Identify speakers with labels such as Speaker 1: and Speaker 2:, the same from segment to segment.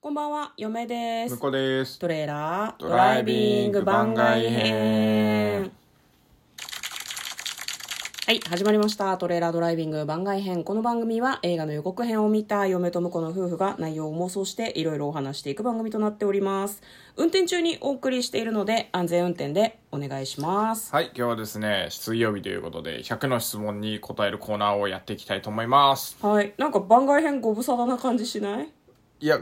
Speaker 1: こんばんは、嫁で
Speaker 2: 向
Speaker 1: す。
Speaker 2: こうです。
Speaker 1: トレーラード
Speaker 2: ドライビング番外
Speaker 1: 編
Speaker 2: 編。
Speaker 1: はい、始まりました。トレーラードライビング番外編。この番組は映画の予告編を見た嫁と婿の夫婦が内容を妄想していろいろお話していく番組となっております。運転中にお送りしているので安全運転でお願いします。
Speaker 2: はい、今日はですね、水曜日ということで、100の質問に答えるコーナーをやっていきたいと思います。
Speaker 1: はい、なんか番外編ご無沙汰な感じしない
Speaker 2: いや、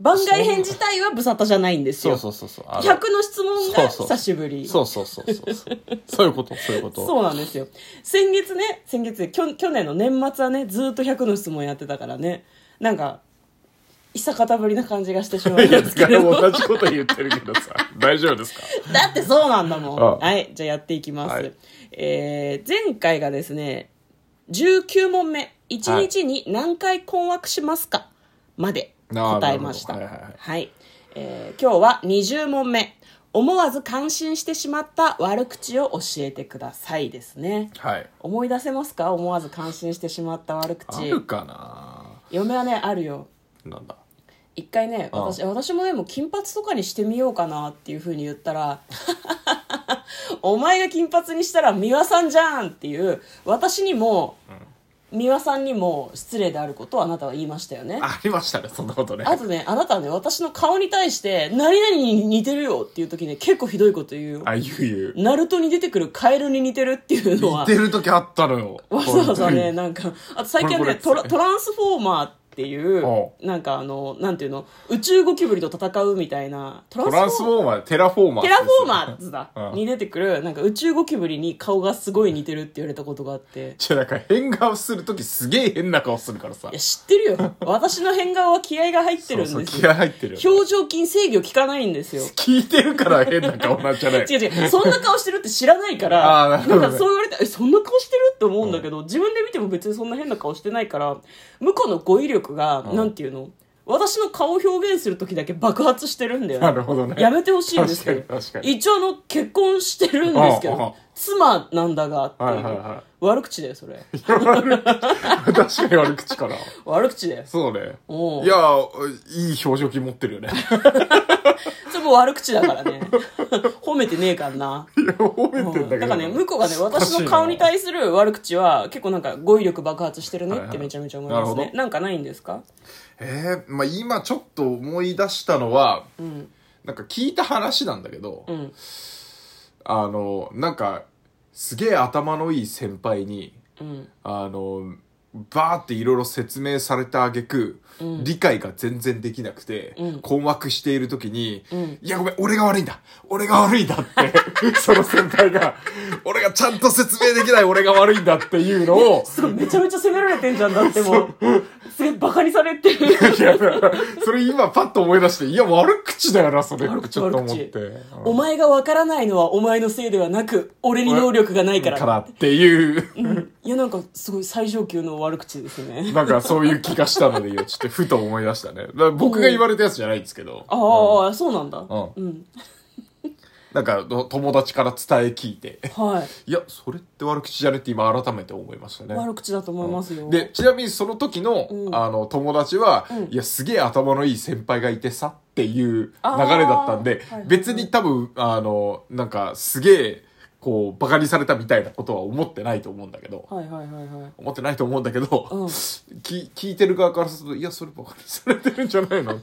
Speaker 1: 番外編自体は無沙汰じゃないんです
Speaker 2: そ
Speaker 1: よ。
Speaker 2: うそうそうそう。あの
Speaker 1: 100の質問が
Speaker 2: そうそ
Speaker 1: 久
Speaker 2: う
Speaker 1: しぶり。
Speaker 2: そうそうそうそうそう。そういうこと、そういうこと。
Speaker 1: そうなんですよ先月ね先月きょ去年の年末はねずーっと100の質問やってたからねなんかいさかたぶりな感じがしてしまい
Speaker 2: いや、
Speaker 1: ますけ
Speaker 2: 疲れ
Speaker 1: ど
Speaker 2: も
Speaker 1: だ
Speaker 2: 同じこと言ってるけどさ、 大丈夫ですか
Speaker 1: ってそうなんだもん
Speaker 2: ああ
Speaker 1: はいじゃあやっていきます、
Speaker 2: はい
Speaker 1: えー前回がですね19問目1日に何回困惑しますか、まで答えました
Speaker 2: な
Speaker 1: はい、
Speaker 2: るほどはいはいはい
Speaker 1: えー今日は20問目思わず感心してしまった悪口を教えてくださいですね
Speaker 2: はい。
Speaker 1: 思い出せますか思わず感心してしまった悪
Speaker 2: あ
Speaker 1: 口
Speaker 2: るかな
Speaker 1: 嫁はねあるよ
Speaker 2: なんだ。
Speaker 1: 一回ね
Speaker 2: ああ
Speaker 1: 私私もでも金髪とかにしてみようかなっていうふうに言った ら「お前が金髪にしたら美輪さんじゃん!」っていう私にも、美輪さんにも失礼であることをあなたは言いましたよね。
Speaker 2: ありましたね、そんなことね。
Speaker 1: あとねあなたはね私の顔に対して「何々に似てるよ」っていう時ね結構ひどいこと言うよ。
Speaker 2: あ、ゆうゆ
Speaker 1: ナルトに出てくるカエルに似てるっていう
Speaker 2: う。
Speaker 1: のは
Speaker 2: 似てる時あったのよ。
Speaker 1: わざわざね
Speaker 2: 本
Speaker 1: なんかあと最近は
Speaker 2: これ
Speaker 1: ね
Speaker 2: これ
Speaker 1: トラトランスフォーマーっていう
Speaker 2: お
Speaker 1: なんかあのなんていうの宇宙ゴキブリと戦うみたいなト
Speaker 2: 当に。トランスフォーマー、テラフォーマー。
Speaker 1: テラフォーマーズだ
Speaker 2: うん
Speaker 1: に出てくるなんか宇宙ゴキブリに顔がすごい似てるって言われたことがあって
Speaker 2: じゃなんか変顔するときすげえ変な顔するからさ
Speaker 1: いや。知ってるよ私の変顔は気合が入ってるんです
Speaker 2: そ
Speaker 1: よ
Speaker 2: うそう気合入ってるよね
Speaker 1: 表情筋制御効かないんですよ
Speaker 2: 聞いてるから変な顔なんじゃな い
Speaker 1: 違う違うそんな顔してるって知らないから
Speaker 2: あーな
Speaker 1: な
Speaker 2: るほどね
Speaker 1: んかそう言われてえそんな顔してるって思うんだけど、自分で見ても別にそんな変な顔してないから向こうの語彙力が、
Speaker 2: ん
Speaker 1: なんていうの私の顔を表現する時だけ爆発してるんだよね
Speaker 2: なるほどね
Speaker 1: やめてほしいんですけど
Speaker 2: 確かに確かに
Speaker 1: 一応あの結婚してるんですけ
Speaker 2: うんうん
Speaker 1: ど妻なんだがっていう、
Speaker 2: はいはいは
Speaker 1: 悪口だよそれ
Speaker 2: 確かに悪口から
Speaker 1: 悪口だよ
Speaker 2: そうね
Speaker 1: おう
Speaker 2: いやいい表情筋持ってるよね
Speaker 1: それも悪口だからね褒めてねえからない
Speaker 2: や褒めてんだけ
Speaker 1: だ
Speaker 2: ど
Speaker 1: からね向こうがね私の顔に対する悪口は結構なんか語彙力爆発してるね
Speaker 2: はい
Speaker 1: っ
Speaker 2: は
Speaker 1: て
Speaker 2: い
Speaker 1: めちゃめちゃ思いま
Speaker 2: な
Speaker 1: す
Speaker 2: る
Speaker 1: ね、
Speaker 2: ほど
Speaker 1: なんかないんですか
Speaker 2: えー、まあ今ちょっと思い出したのは、
Speaker 1: ん
Speaker 2: なんか聞いた話なんだけど、
Speaker 1: ん
Speaker 2: あのなんかすげえ頭のいい先輩に
Speaker 1: うん
Speaker 2: あのバーっていろいろ説明された挙句、理解が全然できなくて、
Speaker 1: うん
Speaker 2: 困惑している時に、
Speaker 1: ん
Speaker 2: いやごめん俺が悪いんだ俺が悪いんだってその先輩が俺がちゃんと説明できない俺が悪いんだっていうのを
Speaker 1: すごいめちゃめちゃ責められてんじゃんだってもうすげえバカにされてる
Speaker 2: いや それ今パッと思い出していや悪口だよなそれ
Speaker 1: 悪
Speaker 2: っ
Speaker 1: 口
Speaker 2: てちょっと思って
Speaker 1: お前がわからないのはお前のせいではなく俺に能力がないか
Speaker 2: かららっていう
Speaker 1: いやなんかすごい最上級の悪口ですね
Speaker 2: なんかそういう気がしたので今ちょっとふと思い出したねだから僕が言われたやつじゃないんですけど
Speaker 1: ああ、そうなんだ
Speaker 2: ん
Speaker 1: うん
Speaker 2: なんか友達から伝え聞いて
Speaker 1: はい
Speaker 2: や、それって悪口じゃねって今改めて思いました
Speaker 1: い
Speaker 2: ね。
Speaker 1: 悪口だと思いますよ、
Speaker 2: で、ちなみにその時の、
Speaker 1: うん
Speaker 2: あの、友達は、
Speaker 1: うん
Speaker 2: いや、すげえ頭のいい先輩がいてさっていう流れ
Speaker 1: あー
Speaker 2: だったんで、
Speaker 1: はいはい
Speaker 2: 別に多分、あの、なんか、すげえ、こう、バカにされたみたいなことは思ってないと思うんだけど、
Speaker 1: はいはいはいはい
Speaker 2: 思ってないと思うんだけど、
Speaker 1: うん
Speaker 2: き聞いてる側からすると、いや、それバカにされてるんじゃ ないの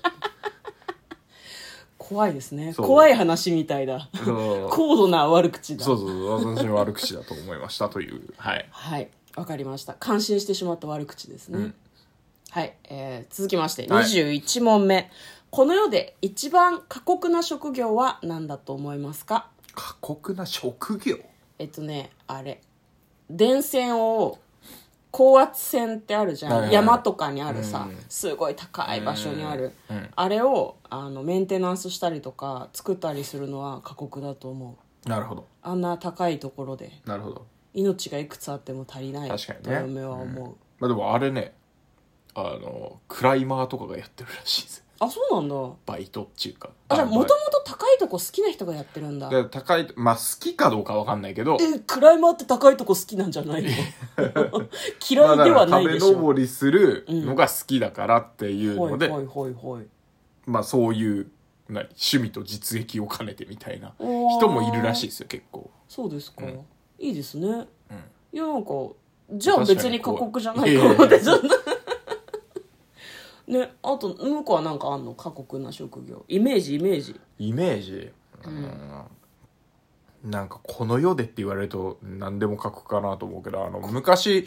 Speaker 1: 怖いですね
Speaker 2: そう
Speaker 1: 怖い話みたいだ
Speaker 2: そう
Speaker 1: 高度な悪口だ
Speaker 2: そうそう、私の悪口だと思いましたという、はい。
Speaker 1: はいわかりました感心してしまった悪口ですね、
Speaker 2: うん
Speaker 1: はい、えー続きまして
Speaker 2: はい
Speaker 1: 21問目、この世で一番過酷な職業は何だと思いますか
Speaker 2: 過酷な職業
Speaker 1: えっとねあれ電線を高圧線ってあるじゃん、
Speaker 2: はいはい
Speaker 1: 山とかにあるさ、
Speaker 2: うん
Speaker 1: すごい高い場所にある、
Speaker 2: うんうん
Speaker 1: あれをあのメンテナンスしたりとか作ったりするのは過酷だと思う
Speaker 2: なるほど、
Speaker 1: あんな高いところで
Speaker 2: なるほど。
Speaker 1: 命がいくつあっても足りない
Speaker 2: 確かにね
Speaker 1: と嫁は思う、
Speaker 2: まあでもあれね、あの、クライマーとかがやってるらしいです。
Speaker 1: あそうなんだ
Speaker 2: バイトっていうか。
Speaker 1: あじゃあ
Speaker 2: バイ
Speaker 1: もともと高いとこ好きな人がやってるんだ
Speaker 2: で高い、まあ好きかどうかわかんないけど、
Speaker 1: えクライマーって高いとこ好きなんじゃないの
Speaker 2: ま
Speaker 1: 嫌
Speaker 2: あ
Speaker 1: いではない
Speaker 2: だから
Speaker 1: で
Speaker 2: 壁
Speaker 1: しょ、
Speaker 2: 登りするのが好きだからっていうので、
Speaker 1: ほいほいほいほい
Speaker 2: まあそういう、何趣味と実益を兼ねてみたいな
Speaker 1: おー
Speaker 2: 人もいるらしいですよ、結構。
Speaker 1: そうですか、
Speaker 2: うん
Speaker 1: いいですね、
Speaker 2: うん
Speaker 1: いやなんかじゃあ
Speaker 2: 確かに
Speaker 1: 別に過酷じゃな
Speaker 2: こう
Speaker 1: いかもっ
Speaker 2: いや
Speaker 1: て
Speaker 2: いやいや
Speaker 1: ちょっとねあと向こうはなんかあんの過酷な職業イメージイメージ
Speaker 2: イメージ、うんなんかこの世でって言われると何でも書くかなと思うけどあの昔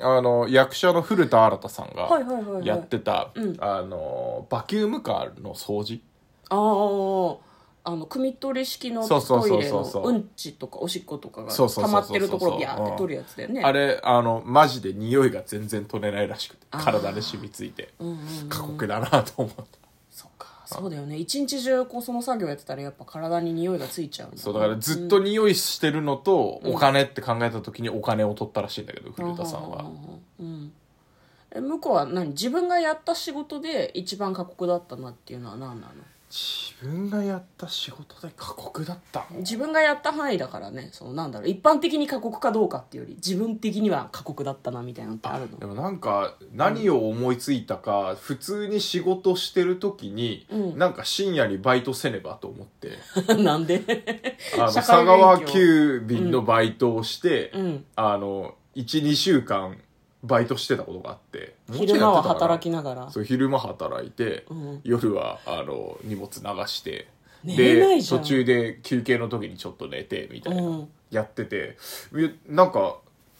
Speaker 2: あの役者の古田新太さん
Speaker 1: はいはいはいは
Speaker 2: が
Speaker 1: い
Speaker 2: やってた
Speaker 1: うん
Speaker 2: あのバキュームカーの掃除
Speaker 1: あああの汲み取り式の
Speaker 2: そうそう
Speaker 1: ト
Speaker 2: そ
Speaker 1: イ
Speaker 2: う
Speaker 1: レ
Speaker 2: そ
Speaker 1: の
Speaker 2: うそう
Speaker 1: うんちとかおしっことかが
Speaker 2: そうそうそうそう
Speaker 1: 溜まってるところをビャーっ
Speaker 2: う
Speaker 1: て
Speaker 2: ん
Speaker 1: 取るやつだよね
Speaker 2: あれあのマジで匂いが全然取れないらしくて
Speaker 1: あー
Speaker 2: 体に染みついて
Speaker 1: うんうんうん
Speaker 2: 過酷だなと思った
Speaker 1: そっかそうだよね一日中こうその作業やってたらやっぱ体に匂いがついちゃうんね
Speaker 2: そうだからずっと匂いしてるのとお金って考えた時にお金を取ったらしいんだけど古田さんは
Speaker 1: ううんうんえ向こうは何自分がやった仕事で一番過酷だったなっていうのは何なの
Speaker 2: 自分がやった仕事で過酷だったの
Speaker 1: 自分がやった範囲だからねそのなんだろう一般的に過酷かどうかっていうより自分的には過酷だったなみたいなのってあるの
Speaker 2: でもなんか何を思いついたか、普通に仕事してる時に、
Speaker 1: うん
Speaker 2: なんか深夜にバイトせねばと思って
Speaker 1: なんで
Speaker 2: あの
Speaker 1: 社
Speaker 2: 佐
Speaker 1: 会勉強
Speaker 2: 川急便のバイトをして、
Speaker 1: うん
Speaker 2: あの12週間バイトしてたことがあって
Speaker 1: 昼間は働きながら
Speaker 2: そう昼間働いて、
Speaker 1: うん
Speaker 2: 夜はあの荷物流して
Speaker 1: 寝れない
Speaker 2: で
Speaker 1: じゃん
Speaker 2: 途中で休憩の時にちょっと寝てみたいな、
Speaker 1: うん
Speaker 2: やってていやなんか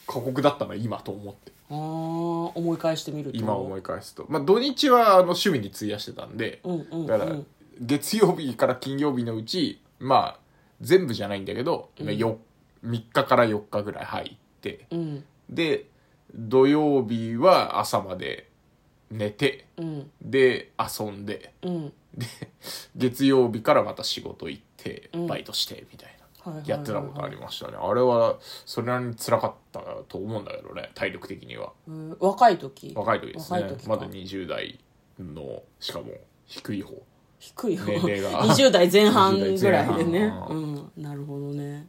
Speaker 2: 過酷だったな今と思って。
Speaker 1: あー思い返してみると
Speaker 2: 今思い返すと、まあ、土日はあの趣味に費やしてたんで、
Speaker 1: うんうんうん
Speaker 2: だから月曜日から金曜日のうちまあ全部じゃないんだけど、
Speaker 1: ん
Speaker 2: まあよ3日から4日ぐらい入って
Speaker 1: うん
Speaker 2: で土曜日は朝まで寝て
Speaker 1: うん
Speaker 2: で遊んで
Speaker 1: うん
Speaker 2: で月曜日からまた仕事行って
Speaker 1: うん
Speaker 2: バイトしてみ
Speaker 1: は
Speaker 2: たいな。
Speaker 1: いはいはいはい
Speaker 2: やってたことありましたね、あれはそれなりに辛かったと思うんだけどね体力的には
Speaker 1: えー若い時
Speaker 2: 若い時です
Speaker 1: 若
Speaker 2: ね
Speaker 1: い時か
Speaker 2: まだ20代のしかも低い方
Speaker 1: 低いよ
Speaker 2: 年齢 が
Speaker 1: 20代前半ぐらいで
Speaker 2: 20代前
Speaker 1: ね
Speaker 2: 半
Speaker 1: うんなるほどね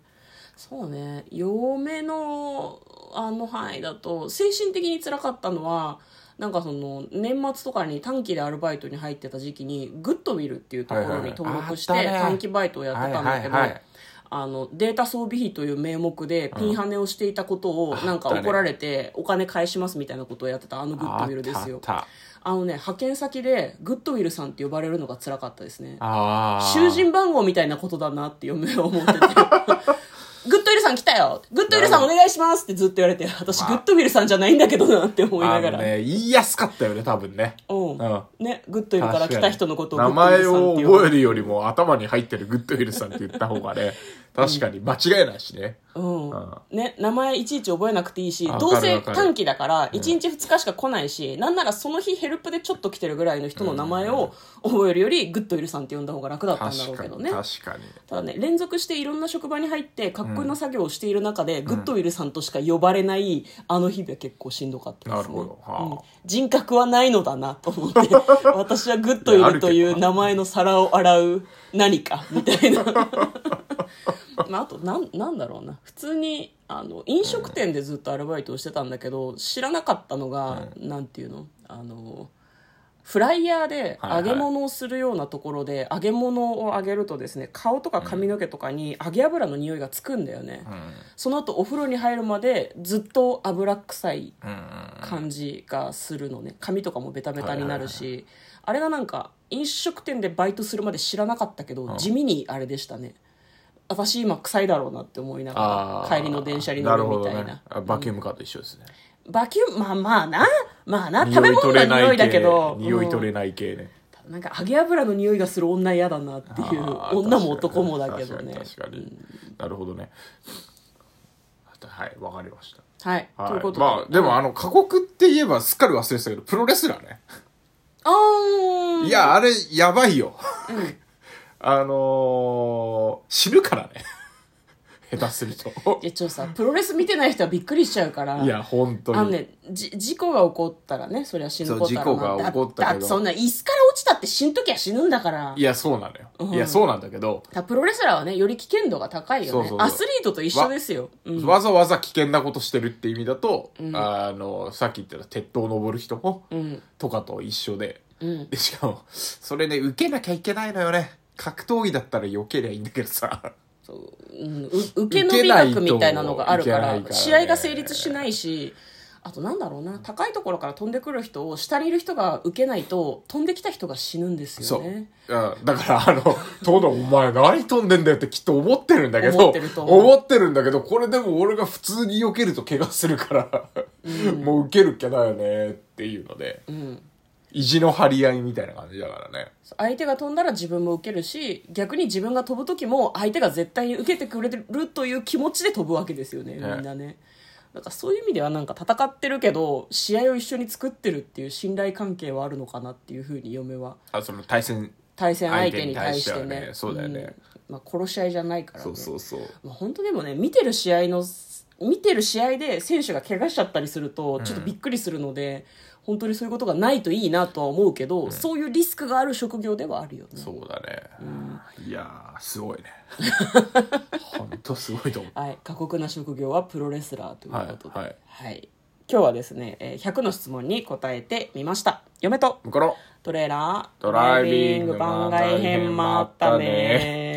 Speaker 1: そうね嫁のあの範囲だと精神的に辛かったのはなんかその年末とかに短期でアルバイトに入ってた時期にグッドミルっていうところに登録して
Speaker 2: はいはいはいあったね
Speaker 1: 短期バイトをやってたんだけど
Speaker 2: はいはいはい
Speaker 1: あのデータ装備費という名目でピンハネをしていたことを
Speaker 2: うん
Speaker 1: なんか
Speaker 2: あったね
Speaker 1: 怒られてお金返しますみたいなことをやってたあのグッドミルですよ
Speaker 2: あった
Speaker 1: あのね派遣先でグッドウィルさんって呼ばれるのが辛かったですね
Speaker 2: あー
Speaker 1: 囚人番号みたいなことだなって嫁は思 っててグッドウィルさん来たよグッドウィルさんお願いしますってずっと言われて私
Speaker 2: まあ
Speaker 1: グッドウィルさんじゃないんだけどなって思いながら、
Speaker 2: あのね言いやすかったよね多分ね
Speaker 1: うん
Speaker 2: うん
Speaker 1: ねグッドウィルから来た人のことをグ
Speaker 2: 名
Speaker 1: ッドウィル
Speaker 2: 前
Speaker 1: さんっ
Speaker 2: を
Speaker 1: て呼ぶ
Speaker 2: 覚えるよりも頭に入ってるグッドウィルさんって言った方がね確かに間違いないしね、
Speaker 1: うん
Speaker 2: うん
Speaker 1: ね、名前いちいち覚えなくていいし
Speaker 2: わかる
Speaker 1: どうせ
Speaker 2: わかる
Speaker 1: 短期だから1日2日しか来ないし、なんならその日ヘルプでちょっと来てるぐらいの人の名前を覚えるよりグッドウィルさんって呼んだ方が楽だったんだろ
Speaker 2: 確
Speaker 1: う
Speaker 2: か
Speaker 1: け
Speaker 2: に
Speaker 1: どね
Speaker 2: 確かに
Speaker 1: ただね連続していろんな職場に入ってかっこいいな作業をしている中で、グッドウィルさんとしか呼ばれないあの日々は結構しんどかったですね
Speaker 2: なるほどはあ
Speaker 1: うん人格はないのだなと思って 私はグッドウィルと
Speaker 2: いや
Speaker 1: いう
Speaker 2: あるけどな
Speaker 1: 名前の皿を洗う何かみた いな、まあ、あとなんなんだろうな普通にあの飲食店でずっとアルバイトをしてたんだけど知らなかったのが、なんていうのあのフライヤーで
Speaker 2: はいは
Speaker 1: 揚
Speaker 2: い
Speaker 1: げ物をするようなところで、揚げ物を揚げるとですね顔とか髪の毛とかに揚げ油の匂いがつくんだよね、
Speaker 2: うん
Speaker 1: その後お風呂に入るまでずっと油臭い
Speaker 2: うんうん
Speaker 1: 感じがするのね髪とかもベタベタになるし、あれがなんか飲食店でバイトするまで知らなかったけど、地味にあれでしたね私今臭いだろうなって思いなが
Speaker 2: あー
Speaker 1: ら帰りの電車に乗るみたいな
Speaker 2: るほどねあバキュームカーと一緒ですね、
Speaker 1: バキューまあまあなまあな食
Speaker 2: 匂
Speaker 1: べ
Speaker 2: い
Speaker 1: 物
Speaker 2: 取
Speaker 1: の
Speaker 2: れない
Speaker 1: 匂
Speaker 2: 系
Speaker 1: いだけど
Speaker 2: 匂い取
Speaker 1: うん
Speaker 2: れない系ね、
Speaker 1: なんか揚げ油の匂いがする女嫌だなっていう
Speaker 2: あー
Speaker 1: 女も男もだけどね
Speaker 2: 確かに確かになるほどねはいわかりました
Speaker 1: はい、という
Speaker 2: は
Speaker 1: こ
Speaker 2: い、
Speaker 1: と
Speaker 2: まあでもあの過酷って言えばすっかり忘れてたけどプロレスラーね、
Speaker 1: あー
Speaker 2: いやあれやばいよ、 あのー、死ぬからね 下手すると
Speaker 1: いやちょっとさプロレス見てない人はびっくりしちゃうから
Speaker 2: いや本当
Speaker 1: あの
Speaker 2: に、
Speaker 1: ね、じ事故が起こったらねそりゃ死ぬことだ
Speaker 2: そう事故が起こったけ
Speaker 1: だ
Speaker 2: ど
Speaker 1: だそんな椅子から落ちたって死ぬ時は死ぬんだから
Speaker 2: いやそうなのよ、
Speaker 1: ん
Speaker 2: いやそうなんだけど、
Speaker 1: だプロレスラーはねより危険度が高いよね
Speaker 2: そうそうそう
Speaker 1: アスリートと一緒ですよ、うん
Speaker 2: わざわざ危険なことしてるって意味だと、あのさっき言った鉄塔を登る人
Speaker 1: うん
Speaker 2: とかと一緒で、
Speaker 1: うん。
Speaker 2: でしかもそれね受けなきゃいけないのよね格闘技だったら避けりゃいいんだけどさ
Speaker 1: そううん、う受けの美学みたいなのがあるか
Speaker 2: 受けない
Speaker 1: ら
Speaker 2: といけないからね
Speaker 1: 試合が成立しないしあとなんだろうな高いところから飛んでくる人を下にいる人が受けないと飛んできた人が死ぬんです
Speaker 2: そ
Speaker 1: よ
Speaker 2: う、
Speaker 1: ね
Speaker 2: うん、だからあの「東堂お前何飛んでんだよ」ってきっと思ってるんだけど
Speaker 1: 思ってると思う
Speaker 2: 思ってるんだけどこれでも俺が普通に避けると怪我するから、もう受けるっきゃだよねっていうので、
Speaker 1: ん
Speaker 2: 意地の張り合いみたいな感じだからね
Speaker 1: 相手が飛んだら自分も受けるし逆に自分が飛ぶ時も相手が絶対に受けてくれてるという気持ちで飛ぶわけですよねみんなねなんかそういう意味ではなんか戦ってるけど試合を一緒に作ってるっていう信頼関係はあるのかなっていうふうに嫁は
Speaker 2: あその対戦
Speaker 1: 対戦相手に対して
Speaker 2: 相手に対して
Speaker 1: ね
Speaker 2: はねそうだよね
Speaker 1: うんまあ、殺し合いじゃないからね
Speaker 2: うそう
Speaker 1: まあ、本当でもね見てる試合の見てる試合で選手が怪我しちゃったりするとちょっとびっくりするので、本当にそういうことがないといいなとは思うけど、そういうリスクがある職業ではあるよね
Speaker 2: そうだね、いやーす ごいねほんとすごいと思う
Speaker 1: はい、過酷な職業はプロレスラーということで、
Speaker 2: はいはい
Speaker 1: はい今日はですね、えー100の質問に答えてみました嫁と
Speaker 2: 向こうの
Speaker 1: トレーラー
Speaker 2: ドライビング
Speaker 1: ドライビ番外編もあった
Speaker 2: まった
Speaker 1: ね